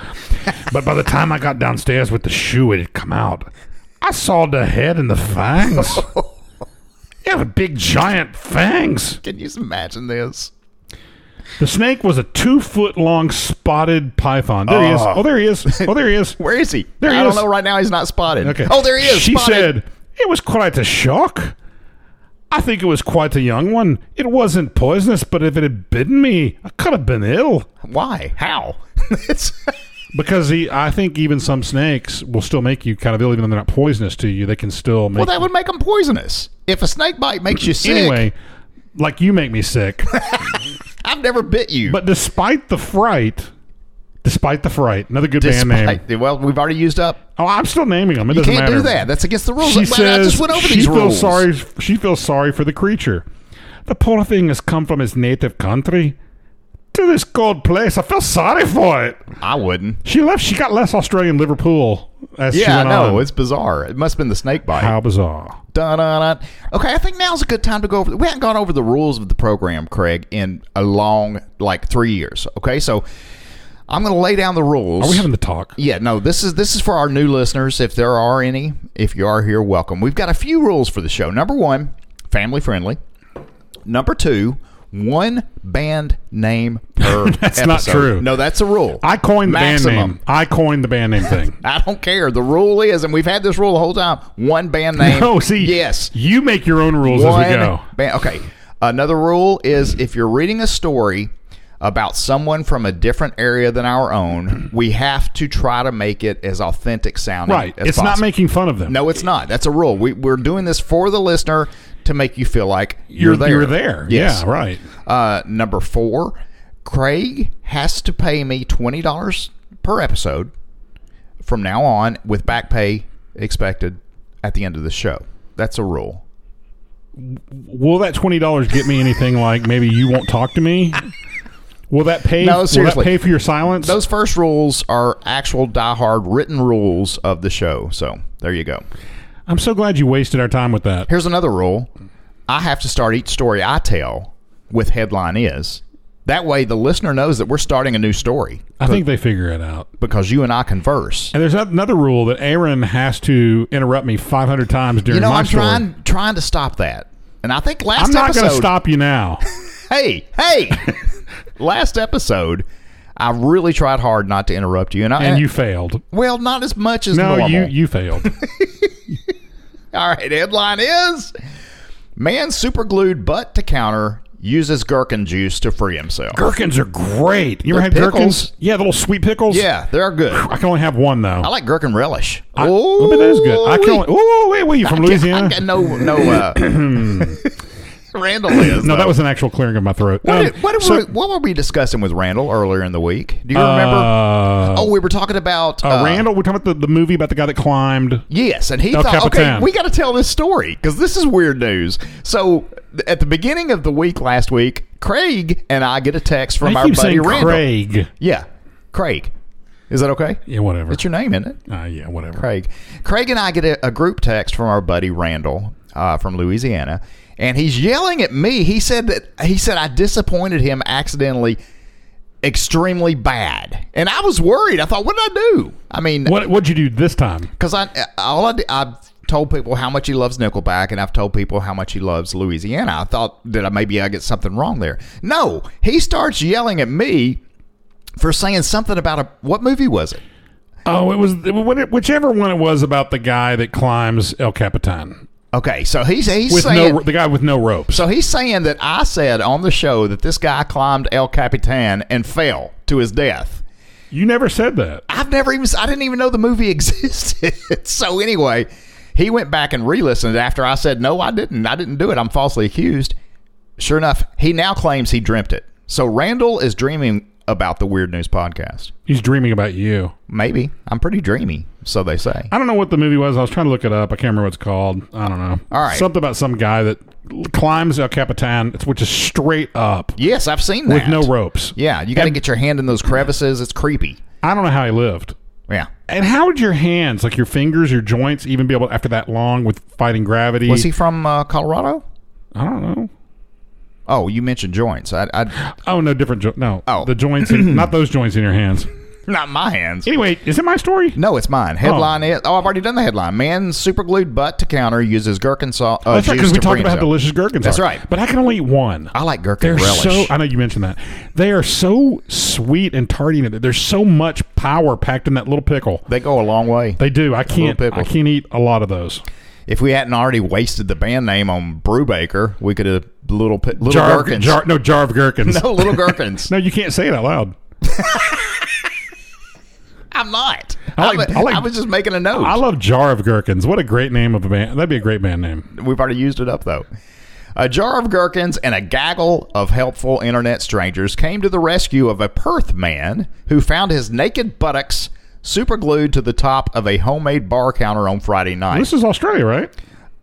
Speaker 4: but by the time I got downstairs with the shoe, it had come out. I saw the head and the fangs. it had big, giant fangs.
Speaker 3: Can you imagine this?
Speaker 4: The snake was a two foot long spotted python. There he is.
Speaker 3: Ah.
Speaker 4: Oh, there he is. Oh, there he is.
Speaker 3: Where is he?
Speaker 4: There he
Speaker 3: I
Speaker 4: is.
Speaker 3: don't know right now. He's not spotted.
Speaker 4: Okay.
Speaker 3: Oh, there he is.
Speaker 4: She
Speaker 3: spotted.
Speaker 4: said it was quite a shock. I think it was quite a young one. It wasn't poisonous, but if it had bitten me, I could have been ill.
Speaker 3: "Why? How?" it's
Speaker 4: Because he, I think even some snakes will still make you kind of ill, even though they're not poisonous to you. They can still make.
Speaker 3: well, that would make them poisonous. If a snake bite makes you sick,
Speaker 4: anyway, like you make me sick.
Speaker 3: I've never bit you.
Speaker 4: but despite the fright, despite the fright, another good band name.
Speaker 3: Despite- well, we've already used up.
Speaker 4: Oh, I'm still naming them. It
Speaker 3: You
Speaker 4: doesn't
Speaker 3: can't
Speaker 4: matter.
Speaker 3: do that. That's against the rules.
Speaker 4: She
Speaker 3: I, I
Speaker 4: says
Speaker 3: just went over
Speaker 4: she
Speaker 3: these
Speaker 4: feels
Speaker 3: rules.
Speaker 4: sorry. She feels sorry for the creature. The poor thing has come from his native country to this cold place. I feel sorry for it.
Speaker 3: I wouldn't.
Speaker 4: She left. She got less Australian Liverpool as she
Speaker 3: Yeah, I
Speaker 4: went
Speaker 3: know.
Speaker 4: on.
Speaker 3: It's bizarre. It must have been the snake bite.
Speaker 4: How bizarre.
Speaker 3: Dun, dun, dun. Okay, I think now's a good time to go over. We haven't gone over the rules of the program, Craig, in a long, like three years. Okay, so I'm going to lay down the rules.
Speaker 4: Are we having the talk?
Speaker 3: Yeah, no. This is this is for our new listeners, if there are any. If you are here, welcome. We've got a few rules for the show. Number one, family friendly. Number two, one band name per. that's
Speaker 4: not true.
Speaker 3: No, that's a rule.
Speaker 4: I coined the band
Speaker 3: Maximum.
Speaker 4: name. I coined the band name thing.
Speaker 3: I don't care. The rule is, and we've had this rule the whole time. One band name.
Speaker 4: No, see,
Speaker 3: yes,
Speaker 4: you make your own rules as we go.
Speaker 3: Ban- okay. Another rule is if you're reading a story about someone from a different area than our own, we have to try to make it as authentic sounding.
Speaker 4: Right,
Speaker 3: as
Speaker 4: it's not
Speaker 3: possible.
Speaker 4: making fun of them.
Speaker 3: No, it's not. That's a rule. We, we're doing this for the listener to make you feel like you're,
Speaker 4: you're
Speaker 3: there.
Speaker 4: You're there.
Speaker 3: Yes.
Speaker 4: Yeah, right.
Speaker 3: Uh, number four, Craig has to pay me twenty dollars per episode from now on, with back pay expected at the end of the show. That's a rule.
Speaker 4: Will that twenty dollars get me anything? like maybe you won't talk to me. Will that pay?
Speaker 3: No,
Speaker 4: Will
Speaker 3: seriously.
Speaker 4: that pay for your silence?
Speaker 3: Those first rules are actual diehard written rules of the show. So there you go.
Speaker 4: I'm so glad you wasted our time with that.
Speaker 3: Here's another rule I have to start each story I tell with headline is. That way, the listener knows that we're starting a new story
Speaker 4: I think they figure it out.
Speaker 3: because you and I converse.
Speaker 4: And there's another rule that Aaron has to interrupt me 500 times during
Speaker 3: You know,
Speaker 4: my
Speaker 3: I'm
Speaker 4: story.
Speaker 3: trying trying to stop that. And I think last
Speaker 4: I'm not
Speaker 3: episode,
Speaker 4: going to stop you now.
Speaker 3: Hey, hey! last episode, I really tried hard not to interrupt you, and I
Speaker 4: And you failed.
Speaker 3: well, not as much as
Speaker 4: No,
Speaker 3: normal.
Speaker 4: you you failed.
Speaker 3: All right, headline is Man super glued butt to counter uses gherkin juice to free himself.
Speaker 4: gherkins are great. You ever
Speaker 3: They're
Speaker 4: had
Speaker 3: pickles.
Speaker 4: gherkins? Yeah, the little sweet pickles.
Speaker 3: Yeah, they're good.
Speaker 4: I can only have one though.
Speaker 3: I like gherkin relish.
Speaker 4: I, oh, but that is good. I can only. Oh, wait, wait, you from Louisiana?
Speaker 3: I got no, no, uh, Randall is.
Speaker 4: no,
Speaker 3: though.
Speaker 4: that was an actual clearing of my throat.
Speaker 3: What,
Speaker 4: Um,
Speaker 3: did- what,
Speaker 4: so-
Speaker 3: were, we, what were we discussing with Randall earlier in the week? Do you remember?
Speaker 4: Uh,
Speaker 3: oh, we were talking about
Speaker 4: uh,
Speaker 3: uh,
Speaker 4: Randall, we're talking about the, the movie about the guy that climbed.
Speaker 3: Yes, and he
Speaker 4: El
Speaker 3: thought, okay,
Speaker 4: Capitan.
Speaker 3: we got to tell this story because this is weird news. So, th- at the beginning of the week last week, Craig and I get a text from
Speaker 4: I
Speaker 3: our
Speaker 4: keep
Speaker 3: buddy
Speaker 4: saying
Speaker 3: Randall.
Speaker 4: Craig.
Speaker 3: Yeah, Craig. Is that okay?
Speaker 4: Yeah, whatever.
Speaker 3: That's your name, isn't it?
Speaker 4: uh, yeah, whatever.
Speaker 3: Craig. Craig and I get a, a group text from our buddy Randall uh, from Louisiana, and he's yelling at me. He said that he said I disappointed him accidentally, extremely bad, and I was worried. I thought, what did I do? I mean,
Speaker 4: What what'd you do this time?
Speaker 3: because I all I, did- I told people how much he loves Nickelback, and I've told people how much he loves Louisiana. I thought that I, maybe I get something wrong there. No, he starts yelling at me for saying something about a what movie was it?
Speaker 4: Oh, it was whichever one it was about the guy that climbs El Capitan
Speaker 3: Okay, so he's he's
Speaker 4: with
Speaker 3: saying
Speaker 4: no the guy with no ropes.
Speaker 3: so he's saying that I said on the show that this guy climbed El Capitan and fell to his death.
Speaker 4: You never said that.
Speaker 3: I've never even I didn't even know the movie existed. so anyway, he went back and re-listened after I said no, I didn't. I didn't do it. I'm falsely accused. Sure enough, he now claims he dreamt it. So Randall is dreaming about the Weird News podcast.
Speaker 4: He's dreaming about you.
Speaker 3: Maybe I'm pretty dreamy, so they say.
Speaker 4: I don't know what the movie was. I was trying to look it up. I can't remember what it's called. I don't know.
Speaker 3: All right.
Speaker 4: Something about some guy that climbs El Capitan, it's- which is straight up
Speaker 3: Yes, I've seen that
Speaker 4: with no ropes.
Speaker 3: Yeah, you got to get your hand in those crevices. It's creepy.
Speaker 4: I don't know how he lived.
Speaker 3: Yeah.
Speaker 4: And how would your hands, like your fingers, your joints, even be able after that long with fighting gravity?
Speaker 3: Was he from uh, Colorado?
Speaker 4: I don't know.
Speaker 3: Oh, you mentioned joints. I, I
Speaker 4: Oh no, different. Jo- no.
Speaker 3: Oh.
Speaker 4: the joints, in, not those joints in your hands.
Speaker 3: not my hands.
Speaker 4: Anyway, is it my story?
Speaker 3: No, it's mine. Headline is. Oh, I've already done the headline. Man superglued butt to counter uses gherkin salt. Uh,
Speaker 4: That's right,
Speaker 3: juice
Speaker 4: because we
Speaker 3: to
Speaker 4: talked
Speaker 3: free
Speaker 4: about how
Speaker 3: himself.
Speaker 4: delicious gherkins.
Speaker 3: That's
Speaker 4: are.
Speaker 3: right.
Speaker 4: But I can only eat one.
Speaker 3: I like
Speaker 4: They're
Speaker 3: gherkin relish.
Speaker 4: so. I know you mentioned that. They are so sweet and tarty. in it. There's so much power packed in that little pickle.
Speaker 3: they go a long way.
Speaker 4: They do. I can't.
Speaker 3: pickle.
Speaker 4: I can't eat a lot of those.
Speaker 3: If we hadn't already wasted the band name on Brewbaker, we could have little pi- little
Speaker 4: Jar,
Speaker 3: gherkins.
Speaker 4: jar, no jar of gherkins.
Speaker 3: no, little gherkins.
Speaker 4: No, you can't say it out loud.
Speaker 3: I'm not.
Speaker 4: I
Speaker 3: I,
Speaker 4: like-
Speaker 3: was,
Speaker 4: I like-
Speaker 3: I was just making a note.
Speaker 4: I love jar of gherkins. What a great name of a band. That'd be a great band name.
Speaker 3: We've already used it up though. A jar of gherkins and a gaggle of helpful internet strangers came to the rescue of a Perth man who found his naked buttocks superglued to the top of a homemade bar counter on Friday night.
Speaker 4: This is Australia, right?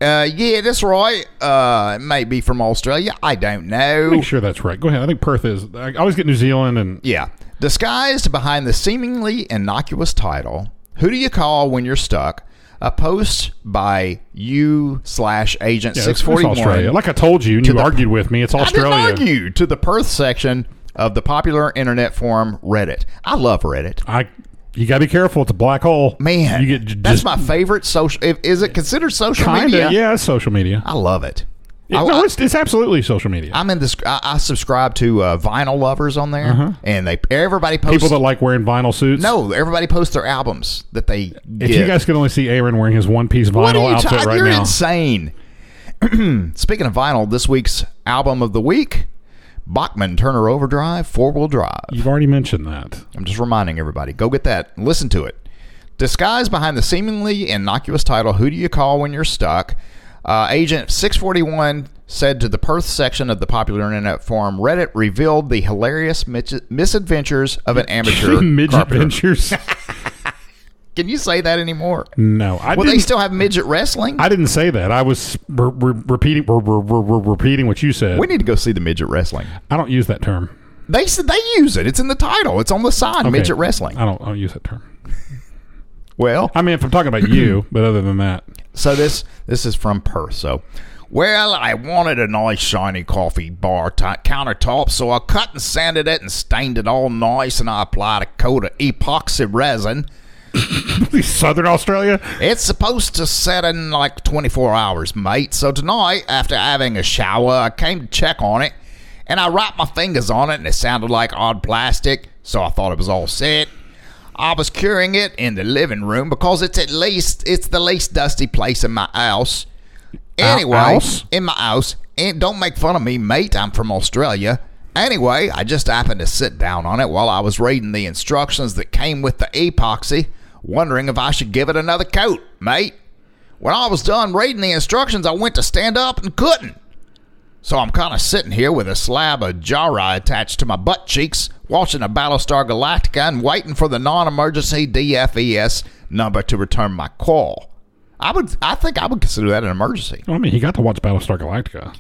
Speaker 3: Uh, yeah, that's right. Uh, it may be from Australia. I don't know.
Speaker 4: Make sure that's right. Go ahead. I think Perth is. I always get New Zealand and
Speaker 3: Yeah. Disguised behind the seemingly innocuous title, Who Do You Call When You're Stuck? A post by you slash agent
Speaker 4: Yeah, it's- it's
Speaker 3: 641.
Speaker 4: Australia. Like I told you, and you
Speaker 3: the-
Speaker 4: argued with me. It's Australia.
Speaker 3: I didn't argue to the Perth section of the popular internet forum Reddit. I love Reddit.
Speaker 4: I- you gotta be careful. It's a black hole,
Speaker 3: Man,
Speaker 4: You get j-
Speaker 3: that's
Speaker 4: just
Speaker 3: my favorite social. If, is it considered social
Speaker 4: kinda.
Speaker 3: media?
Speaker 4: Yeah, it's social media.
Speaker 3: I love it.
Speaker 4: Yeah,
Speaker 3: I-
Speaker 4: no,
Speaker 3: I-
Speaker 4: it's, it's absolutely social media.
Speaker 3: I'm in this. I, I subscribe to uh, vinyl lovers on there, and they everybody posts.
Speaker 4: Uh-huh. People that like wearing vinyl suits.
Speaker 3: no, everybody posts their albums that they
Speaker 4: If
Speaker 3: get.
Speaker 4: you guys could only see Aaron wearing his one piece
Speaker 3: what are
Speaker 4: vinyl
Speaker 3: you
Speaker 4: outfit
Speaker 3: talking?
Speaker 4: right
Speaker 3: You're
Speaker 4: now.
Speaker 3: insane. Speaking of vinyl, this week's album of the week, Bachman Turner Overdrive, four wheel drive.
Speaker 4: You've already mentioned that.
Speaker 3: I'm just reminding everybody. Go get that. and Listen to it. Disguised behind the seemingly innocuous title, Who Do You Call When You're Stuck? Uh, Agent 641 said to the Perth section of the popular internet forum Reddit revealed the hilarious mis- misadventures of an amateur.
Speaker 4: Midget
Speaker 3: carpenter.
Speaker 4: Ventures.
Speaker 3: Can you say that anymore?
Speaker 4: no, I
Speaker 3: Well,
Speaker 4: didn't.
Speaker 3: they still have midget wrestling.
Speaker 4: I didn't say that. I was re- re- repeating re- re- re- re- repeating what you said.
Speaker 3: we need to go see the midget wrestling.
Speaker 4: I don't use that term.
Speaker 3: They said they use it. It's in the title. It's on the sign.
Speaker 4: Okay.
Speaker 3: Midget wrestling.
Speaker 4: I don't, I don't use that term.
Speaker 3: Well,
Speaker 4: I mean, if I'm talking about you, but other than that,
Speaker 3: So this this is from Perth. So, well, I wanted a nice shiny coffee bar t- countertop, so I cut and sanded it and stained it all nice, and I applied a coat of epoxy resin.
Speaker 4: Southern Australia.
Speaker 3: It's supposed to set in like 24 hours, mate. So tonight, after having a shower, I came to check on it, and I wrapped my fingers on it, and it sounded like odd plastic, so I thought it was all set. I was curing it in the living room because it's at least it's the least dusty place in my house. Anyway,
Speaker 4: house?
Speaker 3: in my house, and don't make fun of me, mate. I'm from Australia. Anyway, I just happened to sit down on it while I was reading the instructions that came with the epoxy, wondering if I should give it another coat, mate. When I was done reading the instructions, I went to stand up and couldn't. So I'm kind of sitting here with a slab of jarrah attached to my butt cheeks, watching a Battlestar Galactica and waiting for the non-emergency DFES number to return my call. I would, I think I would consider that an emergency.
Speaker 4: Well, I mean, he got to watch Battlestar Galactica.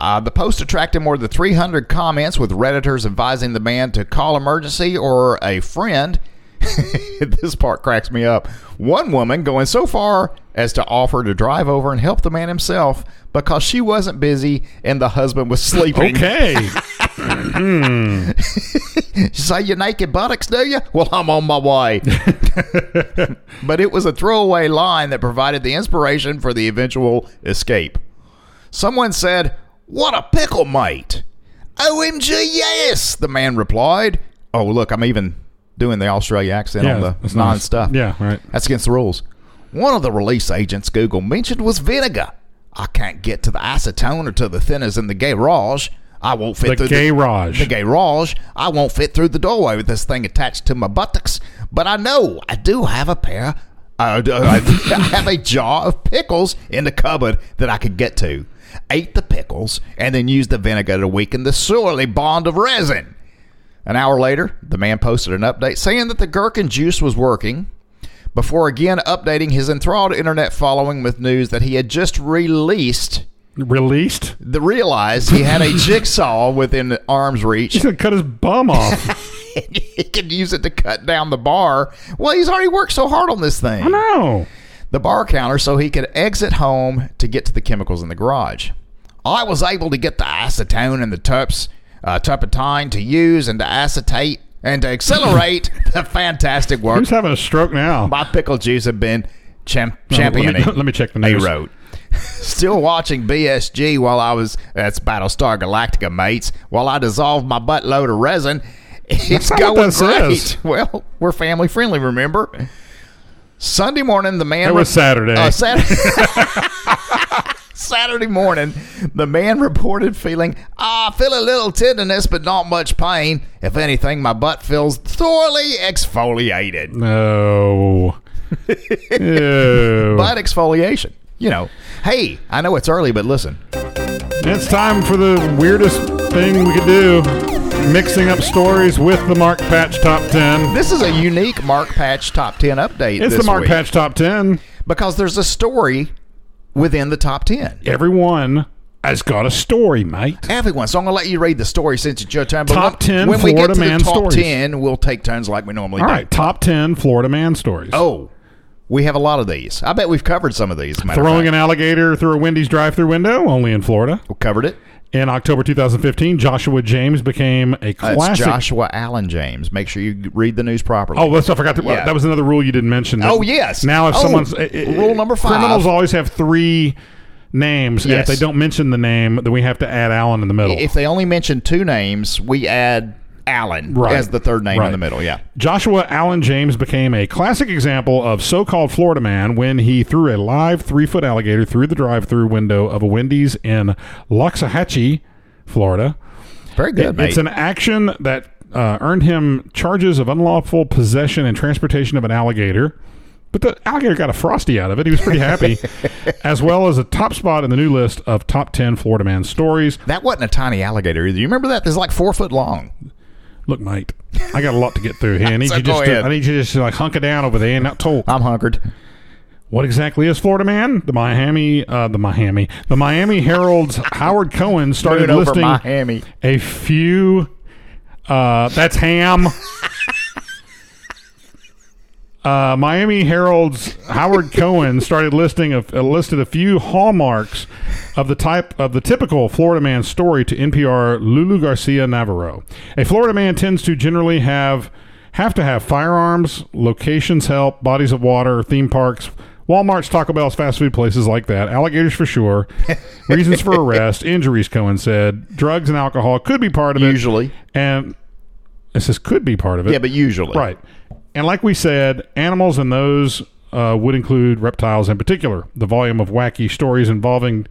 Speaker 3: Uh, the post attracted more than 300 comments, with redditors advising the man to call emergency or a friend. this part cracks me up. One woman going so far as to offer to drive over and help the man himself because she wasn't busy and the husband was sleeping.
Speaker 4: Okay,
Speaker 3: Say your naked buttocks, do you? Well, I'm on my way. but it was a throwaway line that provided the inspiration for the eventual escape. Someone said, What a pickle, mate! OMG, yes! The man replied. Oh, look, I'm even doing the Australia accent on the
Speaker 4: that's
Speaker 3: non
Speaker 4: nice.
Speaker 3: stuff.
Speaker 4: Yeah, right.
Speaker 3: That's against the rules. One of the release agents Google mentioned was vinegar. I can't get to the acetone or to the thinners in the garage. I won't fit
Speaker 4: The
Speaker 3: through
Speaker 4: garage.
Speaker 3: The garage. I won't fit through the doorway with this thing attached to my buttocks. But I know I do have a pair. I do- I have a jar of pickles in the cupboard that I could get to. Ate the pickles and then used the vinegar to weaken the surly bond of resin. An hour later, the man posted an update saying that the gherkin juice was working before again updating his enthralled internet following with news that he had just released
Speaker 4: Released?
Speaker 3: the realized he had a jigsaw within arm's reach
Speaker 4: He's going to cut his bum off.
Speaker 3: and he could use it to cut down the bar. Well, he's already worked so hard on this thing.
Speaker 4: no.
Speaker 3: the bar counter so he could exit home to get to the chemicals in the garage. I was able to get the acetone and the terps, uh, turpentine to use and to acetate and to accelerate the fantastic work
Speaker 4: Who's having a stroke now?
Speaker 3: my pickle juice had been champ-
Speaker 4: No, let me-
Speaker 3: championing.
Speaker 4: let me check the
Speaker 3: He
Speaker 4: news.
Speaker 3: wrote. Still watching BSG while I was that's Battlestar Galactica mates while I dissolved my buttload of resin. It's
Speaker 4: not
Speaker 3: going
Speaker 4: what that
Speaker 3: great.
Speaker 4: says.
Speaker 3: Well, we're family friendly, remember? Sunday morning, the man
Speaker 4: That was Saturday.
Speaker 3: uh, Saturday. Saturday morning, the man reported feeling, "Ah, I feel a little tenderness, but not much pain. If anything, my butt feels thoroughly exfoliated.
Speaker 4: no. Ew.
Speaker 3: But exfoliation. You know, hey, I know it's early, but listen.
Speaker 4: It's time for the weirdest thing we could do. Mixing up stories with the Mark Patch Top 10.
Speaker 3: This is a unique Mark Patch Top 10 update.
Speaker 4: It's
Speaker 3: this
Speaker 4: the Mark
Speaker 3: week
Speaker 4: Patch Top 10.
Speaker 3: Because there's a story within the top 10.
Speaker 4: Everyone has got a story, mate.
Speaker 3: Everyone, so I'm going to let you read the story since it's your turn.
Speaker 4: Top
Speaker 3: let-
Speaker 4: 10
Speaker 3: When we
Speaker 4: Florida
Speaker 3: get to
Speaker 4: man
Speaker 3: the top
Speaker 4: stories.
Speaker 3: 10, we'll take turns like we normally
Speaker 4: All
Speaker 3: do.
Speaker 4: right, top 10 Florida man stories.
Speaker 3: Oh, we have a lot of these. I bet we've covered some of these.
Speaker 4: Throwing an alligator through a Wendy's drive through window, only in Florida.
Speaker 3: we covered it.
Speaker 4: In October 2015, Joshua James became a
Speaker 3: That's
Speaker 4: classic.
Speaker 3: Joshua Allen James. Make sure you read the news properly.
Speaker 4: Oh, that's I forgot. To,
Speaker 3: Yeah.
Speaker 4: That was another rule you didn't mention. that-
Speaker 3: Oh, yes.
Speaker 4: Now, if
Speaker 3: Oh,
Speaker 4: someone's eh, eh,
Speaker 3: rule number five.
Speaker 4: criminals always have three names, and if
Speaker 3: Yes.
Speaker 4: they don't mention the name, then we have to add Allen in the middle.
Speaker 3: if they only mention two names, we add Allen
Speaker 4: Right.
Speaker 3: as the third name
Speaker 4: Right.
Speaker 3: in the middle. Yeah.
Speaker 4: Joshua Allen James became a classic example of so called Florida man when he threw a live three foot alligator through the drive through window of a Wendy's in Loxahatchee, Florida.
Speaker 3: Very good, mate.
Speaker 4: It's an action that uh, earned him charges of unlawful possession and transportation of an alligator. But the alligator got a frosty out of it. He was pretty happy, as well as a top spot in the new list of top 10 Florida man stories.
Speaker 3: that wasn't a tiny alligator either. You remember that? It's like four foot long.
Speaker 4: Look, mate, I got a lot to get through here. I need
Speaker 3: So
Speaker 4: you just
Speaker 3: go
Speaker 4: to,
Speaker 3: ahead. Uh,
Speaker 4: I need you just to like hunker down over there and not talk.
Speaker 3: I'm hunkered.
Speaker 4: What exactly is Florida Man? The Miami, uh, the Miami, the Miami Herald's Howard Cohen started
Speaker 3: Moving over
Speaker 4: listing
Speaker 3: Miami.
Speaker 4: a few. Uh, that's ham. Uh, Miami Herald's Howard Cohen started listing of uh, listed a few hallmarks of the type of the typical Florida man story to NPR Lulu Garcia Navarro. A Florida man tends to generally have have to have firearms, locations help, bodies of water, theme parks, Walmart's, Taco Bell's, fast food places like that. Alligators for sure. Reasons for arrest, injuries. Cohen said drugs and alcohol could be part of it.
Speaker 3: Usually.
Speaker 4: and this is could be part of it.
Speaker 3: Yeah, but usually.
Speaker 4: Right. And like we said, animals and those uh, would include reptiles in particular. The volume of wacky stories involving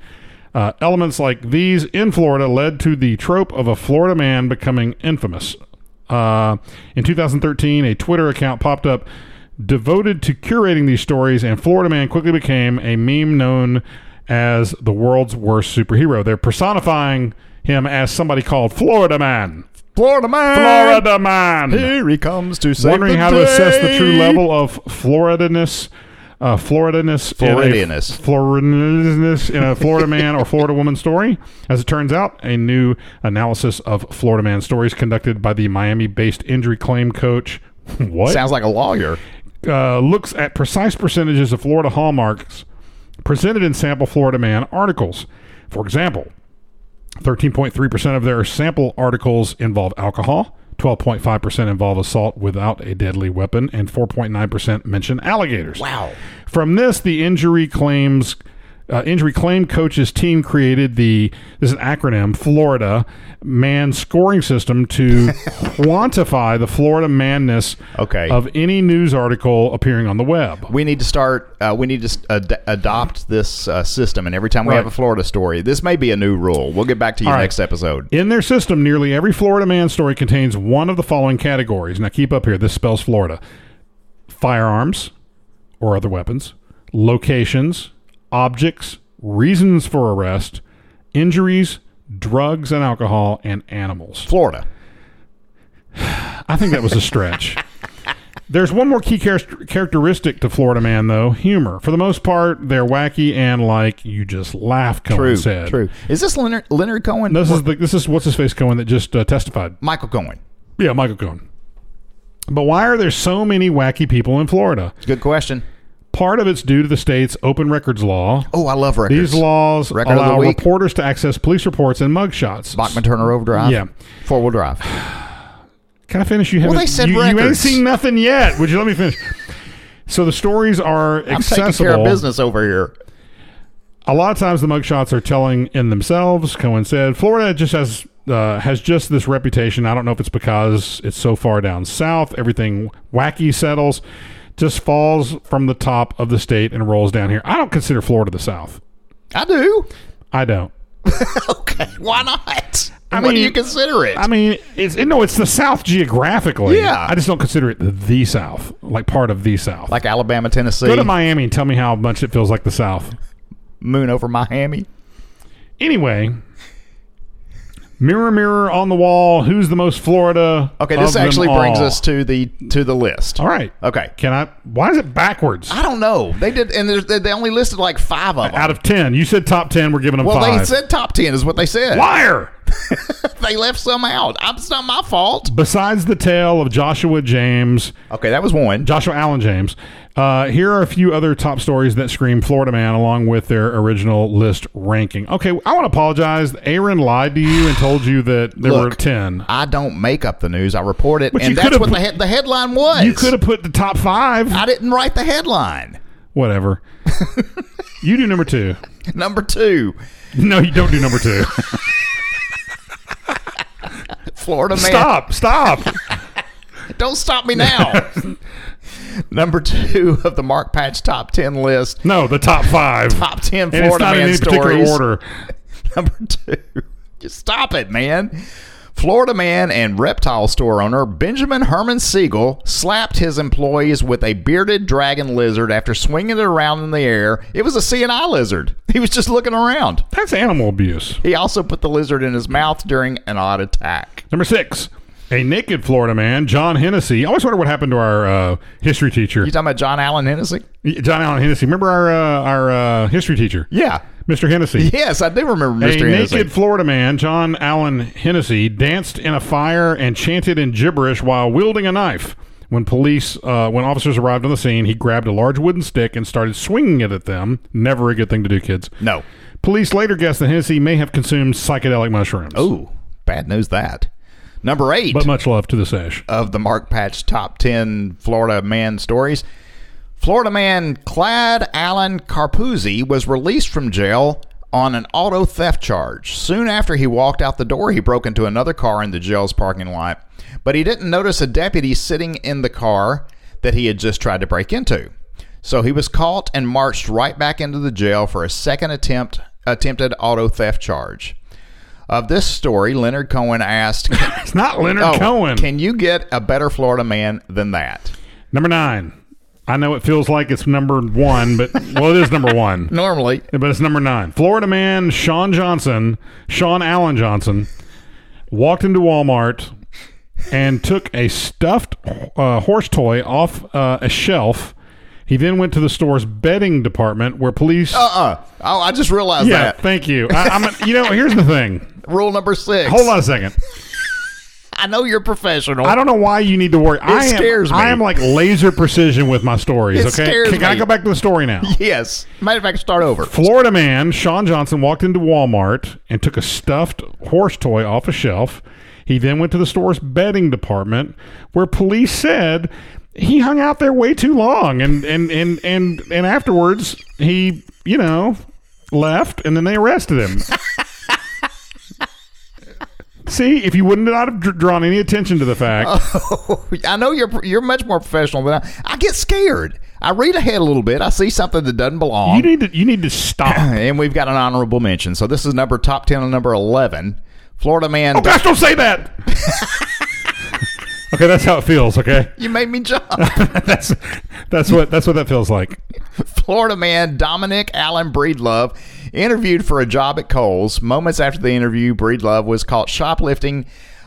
Speaker 4: uh, elements like these in Florida led to the trope of a Florida man becoming infamous. Uh, in 2013, a Twitter account popped up devoted to curating these stories, and Florida Man quickly became a meme known as the world's worst superhero. They're personifying him as somebody called Florida Man.
Speaker 3: Florida man.
Speaker 4: Florida Man
Speaker 3: Here he comes to save
Speaker 4: wondering
Speaker 3: the
Speaker 4: how to assess the true
Speaker 3: day.
Speaker 4: level of Floridaness. Uh, Floridaness, in a-
Speaker 3: Floridianess.
Speaker 4: Floridianess in a Florida man or Florida woman story. As it turns out, a new analysis of Florida man stories conducted by the Miami-based injury claim coach. What
Speaker 3: Sounds like a lawyer.
Speaker 4: uh, looks at precise percentages of Florida hallmarks presented in sample Florida Man articles. For example, 13.3% of their sample articles involve alcohol, 12.5% involve assault without a deadly weapon, and 4.9% mention alligators.
Speaker 3: Wow.
Speaker 4: From this, the injury claims. Uh, injury claim coaches team created the this is an acronym Florida man scoring system to quantify the Florida manness
Speaker 3: Okay.
Speaker 4: of any news article appearing on the web.
Speaker 3: We need to start. Uh, we need to s- ad- adopt this uh, system, and every time we
Speaker 4: Right.
Speaker 3: have a Florida story, this may be a new rule. We'll get back to you
Speaker 4: All right.
Speaker 3: next episode.
Speaker 4: In their system, nearly every Florida man story contains one of the following categories. Now keep up here. This spells Florida firearms or other weapons, locations, objects, reasons for arrest, injuries, drugs and alcohol, and animals.
Speaker 3: Florida.
Speaker 4: I think that was a stretch. There's one more key char- characteristic to Florida man, though humor. For the most part, they're wacky and like you just laugh. Cohen
Speaker 3: True.
Speaker 4: said.
Speaker 3: True. Is this Leonard Leonard Cohen?
Speaker 4: This is the, this is what's his face Cohen that just uh, testified.
Speaker 3: Michael Cohen.
Speaker 4: Yeah, Michael Cohen. But why are there so many wacky people in Florida?
Speaker 3: It's a good question.
Speaker 4: Part of it's due to the state's open records law.
Speaker 3: Oh, I love records.
Speaker 4: These laws
Speaker 3: Record of the
Speaker 4: allow
Speaker 3: week.
Speaker 4: reporters to access police reports and mugshots.
Speaker 3: Bachman Turner overdrive.
Speaker 4: Yeah.
Speaker 3: Four wheel drive.
Speaker 4: Can I finish? You haven't.
Speaker 3: they said
Speaker 4: you, you ain't
Speaker 3: records.
Speaker 4: seen nothing yet. Would you let me finish? So the stories are
Speaker 3: I'm
Speaker 4: accessible.
Speaker 3: taking care of business over here.
Speaker 4: a lot of times the mugshots are telling in themselves. Cohen said, "Florida just has uh, has just this reputation. I don't know if it's because it's so far down south. Everything wacky settles, just falls from the top of the state and rolls down here. I don't consider Florida the South.
Speaker 3: I do.
Speaker 4: I don't.
Speaker 3: Okay. Why not?
Speaker 4: I
Speaker 3: what do
Speaker 4: mean-
Speaker 3: you consider it?
Speaker 4: I mean, it's it, no, it's the South geographically.
Speaker 3: Yeah.
Speaker 4: I just don't consider it the South, like part of the South.
Speaker 3: like Alabama, Tennessee,
Speaker 4: go to Miami and tell me how much it feels like the South.
Speaker 3: moon over Miami.
Speaker 4: Anyway." Mirror, mirror on the wall, who's the most Florida?
Speaker 3: Okay, this
Speaker 4: of them
Speaker 3: actually brings
Speaker 4: all?
Speaker 3: us to the to the list.
Speaker 4: All right.
Speaker 3: Okay.
Speaker 4: Can I? Why is it backwards?
Speaker 3: I don't know. They did, and there's- they they only listed like five of them.
Speaker 4: Out of ten, you said top ten. We're giving them
Speaker 3: well,
Speaker 4: five.
Speaker 3: they said top ten is what they said.
Speaker 4: liar.
Speaker 3: They left some out. I'm, it's not my fault.
Speaker 4: Besides the tale of Joshua James,
Speaker 3: Okay, that was one.
Speaker 4: Joshua Allen James, uh, here are a few other top stories that scream Florida man, along with their original list ranking. Okay, I want to apologize. Aaron lied to you and told you that there were
Speaker 3: Look,
Speaker 4: ten.
Speaker 3: I don't make up the news. I report it,
Speaker 4: But you
Speaker 3: and that's
Speaker 4: could've
Speaker 3: what the,
Speaker 4: put-
Speaker 3: head the headline was.
Speaker 4: You could have put the top five.
Speaker 3: I didn't write the headline.
Speaker 4: Whatever. you do number two.
Speaker 3: Number two,
Speaker 4: No, you don't do number two.
Speaker 3: Florida man.
Speaker 4: stop! Stop!
Speaker 3: Don't stop me now. Number two of the Mark Patch top ten list.
Speaker 4: No, the top five.
Speaker 3: Top ten
Speaker 4: and it's
Speaker 3: Florida
Speaker 4: not in
Speaker 3: man
Speaker 4: any particular
Speaker 3: stories.
Speaker 4: order.
Speaker 3: Number two, just stop it, man. Florida man and reptile store owner Benjamin Herman Siegel slapped his employees with a bearded dragon lizard after swinging it around in the air. It was a CNI lizard. He was just looking around.
Speaker 4: That's animal abuse.
Speaker 3: He also put the lizard in his mouth during an odd attack.
Speaker 4: Number six, a naked Florida man, John Hennessy. I always wonder what happened to our uh, history teacher,
Speaker 3: You talking about John Allen Hennessy?
Speaker 4: John Allen Hennessy. Remember our uh, our uh, history teacher,
Speaker 3: Yeah.
Speaker 4: Mr. Hennessy.
Speaker 3: Yes, I do remember Mr.
Speaker 4: A
Speaker 3: Hennessy.
Speaker 4: naked Florida man, John Allen Hennessy, danced in a fire and chanted in gibberish while wielding a knife. When police, uh, when officers arrived on the scene, he grabbed a large wooden stick and started swinging it at them. Never a good thing to do, kids.
Speaker 3: no.
Speaker 4: Police later guessed that Hennessy may have consumed psychedelic mushrooms.
Speaker 3: Ooh, bad news that. Number eight.
Speaker 4: But much love to the sash.
Speaker 3: of the Mark Patch top 10 Florida man stories. Florida man Clyde Allen Carpuzzi was released from jail on an auto theft charge. Soon after he walked out the door, he broke into another car in the jail's parking lot, but he didn't notice a deputy sitting in the car that he had just tried to break into. So he was caught and marched right back into the jail for a second attempt attempted auto theft charge. Of this story, Leonard Cohen asked,
Speaker 4: It's not Leonard
Speaker 3: Oh,
Speaker 4: Cohen.
Speaker 3: Can you get a better Florida man than that?
Speaker 4: Number nine. I know it feels like it's number one, but well, it is number one,
Speaker 3: Normally,
Speaker 4: but it's number nine. Florida man Sean Johnson, Sean Allen Johnson, walked into Walmart and took a stuffed uh, horse toy off uh, a shelf. He then went to the store's bedding department where police.
Speaker 3: uh, uh oh, I just realized
Speaker 4: yeah,
Speaker 3: that
Speaker 4: thank you. I, I'm. A, you know, here's the thing.
Speaker 3: rule number six.
Speaker 4: Hold on a second.
Speaker 3: I know you're professional.
Speaker 4: I don't know why you need to worry. I am,
Speaker 3: scares me.
Speaker 4: I am like laser precision with my stories.
Speaker 3: It
Speaker 4: okay,
Speaker 3: scares
Speaker 4: can, I
Speaker 3: me.
Speaker 4: go back to the story now?
Speaker 3: Yes. Matter of fact, start over.
Speaker 4: Florida man Sean Johnson walked into Walmart and took a stuffed horse toy off a shelf. He then went to the store's bedding department, where police said he hung out there way too long, and and and and and afterwards he, you know, left, and then they arrested him. See, if you wouldn't not have dr- drawn any attention to the fact,
Speaker 3: I know you're you're much more professional than I. I get scared. I read ahead a little bit. I see something that doesn't belong.
Speaker 4: you need to you need to stop.
Speaker 3: and we've got an honorable mention. So this is number top ten and number eleven. Florida man.
Speaker 4: Oh gosh, don't say that. okay, that's how it feels. Okay.
Speaker 3: You made me jump.
Speaker 4: that's that's what that's what that feels like.
Speaker 3: Florida man Dominic Allen Breedlove interviewed for a job at Kohl's. Moments after the interview, Breedlove was caught shoplifting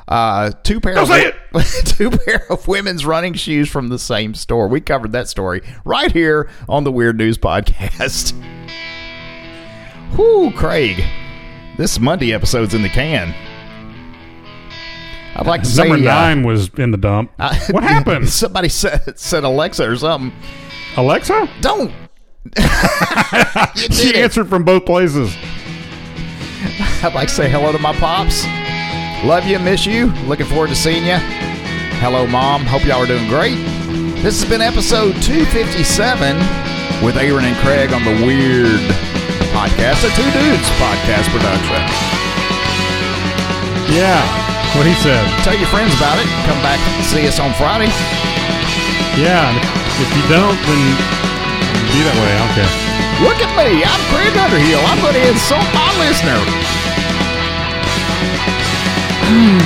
Speaker 3: uh, two pair of
Speaker 4: say
Speaker 3: two pair of women's running shoes from the same store. We covered that story right here on the Weird News Podcast. Whoo, Craig. This Monday episode's in the can. I'd like to say
Speaker 4: Number
Speaker 3: uh,
Speaker 4: nine was in the dump.
Speaker 3: I-
Speaker 4: what happened,
Speaker 3: Somebody said, said Alexa or something.
Speaker 4: Alexa?
Speaker 3: Don't. You did
Speaker 4: She
Speaker 3: it.
Speaker 4: answered from both places.
Speaker 3: I'd like to say hello to my pops. Love you, miss you. Looking forward to seeing you. Hello, mom. Hope y'all are doing great. This has been episode 257 with Aaron and Craig on the Weird Podcast, a Two Dudes podcast production.
Speaker 4: Yeah, what he said.
Speaker 3: Tell your friends about it. Come back and see us on Friday.
Speaker 4: Yeah, and if you don't, then be that way. I don't care.
Speaker 3: Look at me. I'm Craig Underhill. I'm going to insult my listener. Hmm.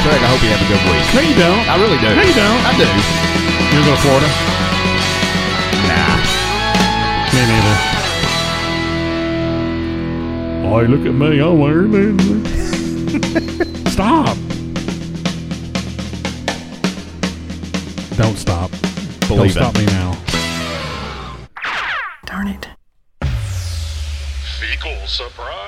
Speaker 3: Craig, I hope you have a good week.
Speaker 4: No, you don't.
Speaker 3: I really do.
Speaker 4: No, you don't.
Speaker 3: I do.
Speaker 4: You're going to Florida?
Speaker 3: Nah.
Speaker 4: Me neither. Oh, you look at me. I'm wearing Stop. Don't stop. Don't
Speaker 3: Believe it.
Speaker 4: stop me now.
Speaker 2: Darn it.
Speaker 1: Fecal surprise.